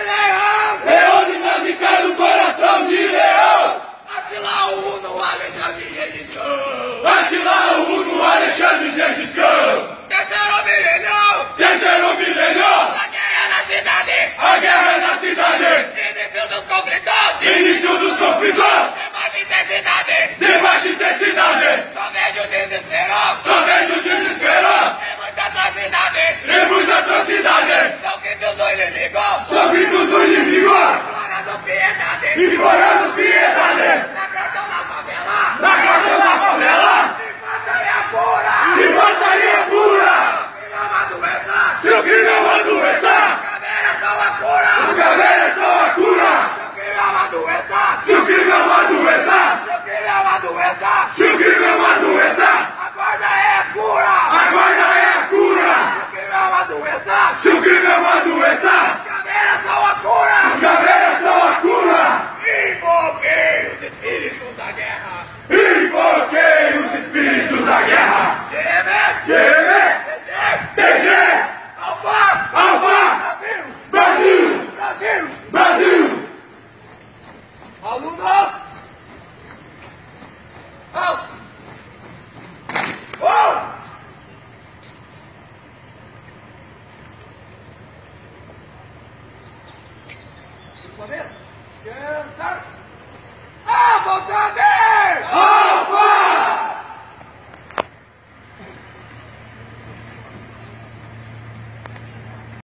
um é implorando piedade Macacão na favela! na casa da favela, E mataria pura! infantaria pura. E não é uma doença! Seu crime é uma doença, Cabelas são a cura! as cavernas são a cura. Seu crime é uma doença! Seu crime é uma doença, Seu crime é uma doença! seu crime é uma doença, Acorda é a cura! a guarda é a cura. Seu crime é uma doença! Seu crime é uma doença, Cabelas são a cura! as cavernas são a cura. Invoquei os espíritos da guerra! Invoquei os espíritos da guerra. é? Geme! GM, Geme! PG, Alfa! Alfa, Brasil! Brasil, Brasil! Brasil. Alunos! Alto! Oh! Descansar! À vontade!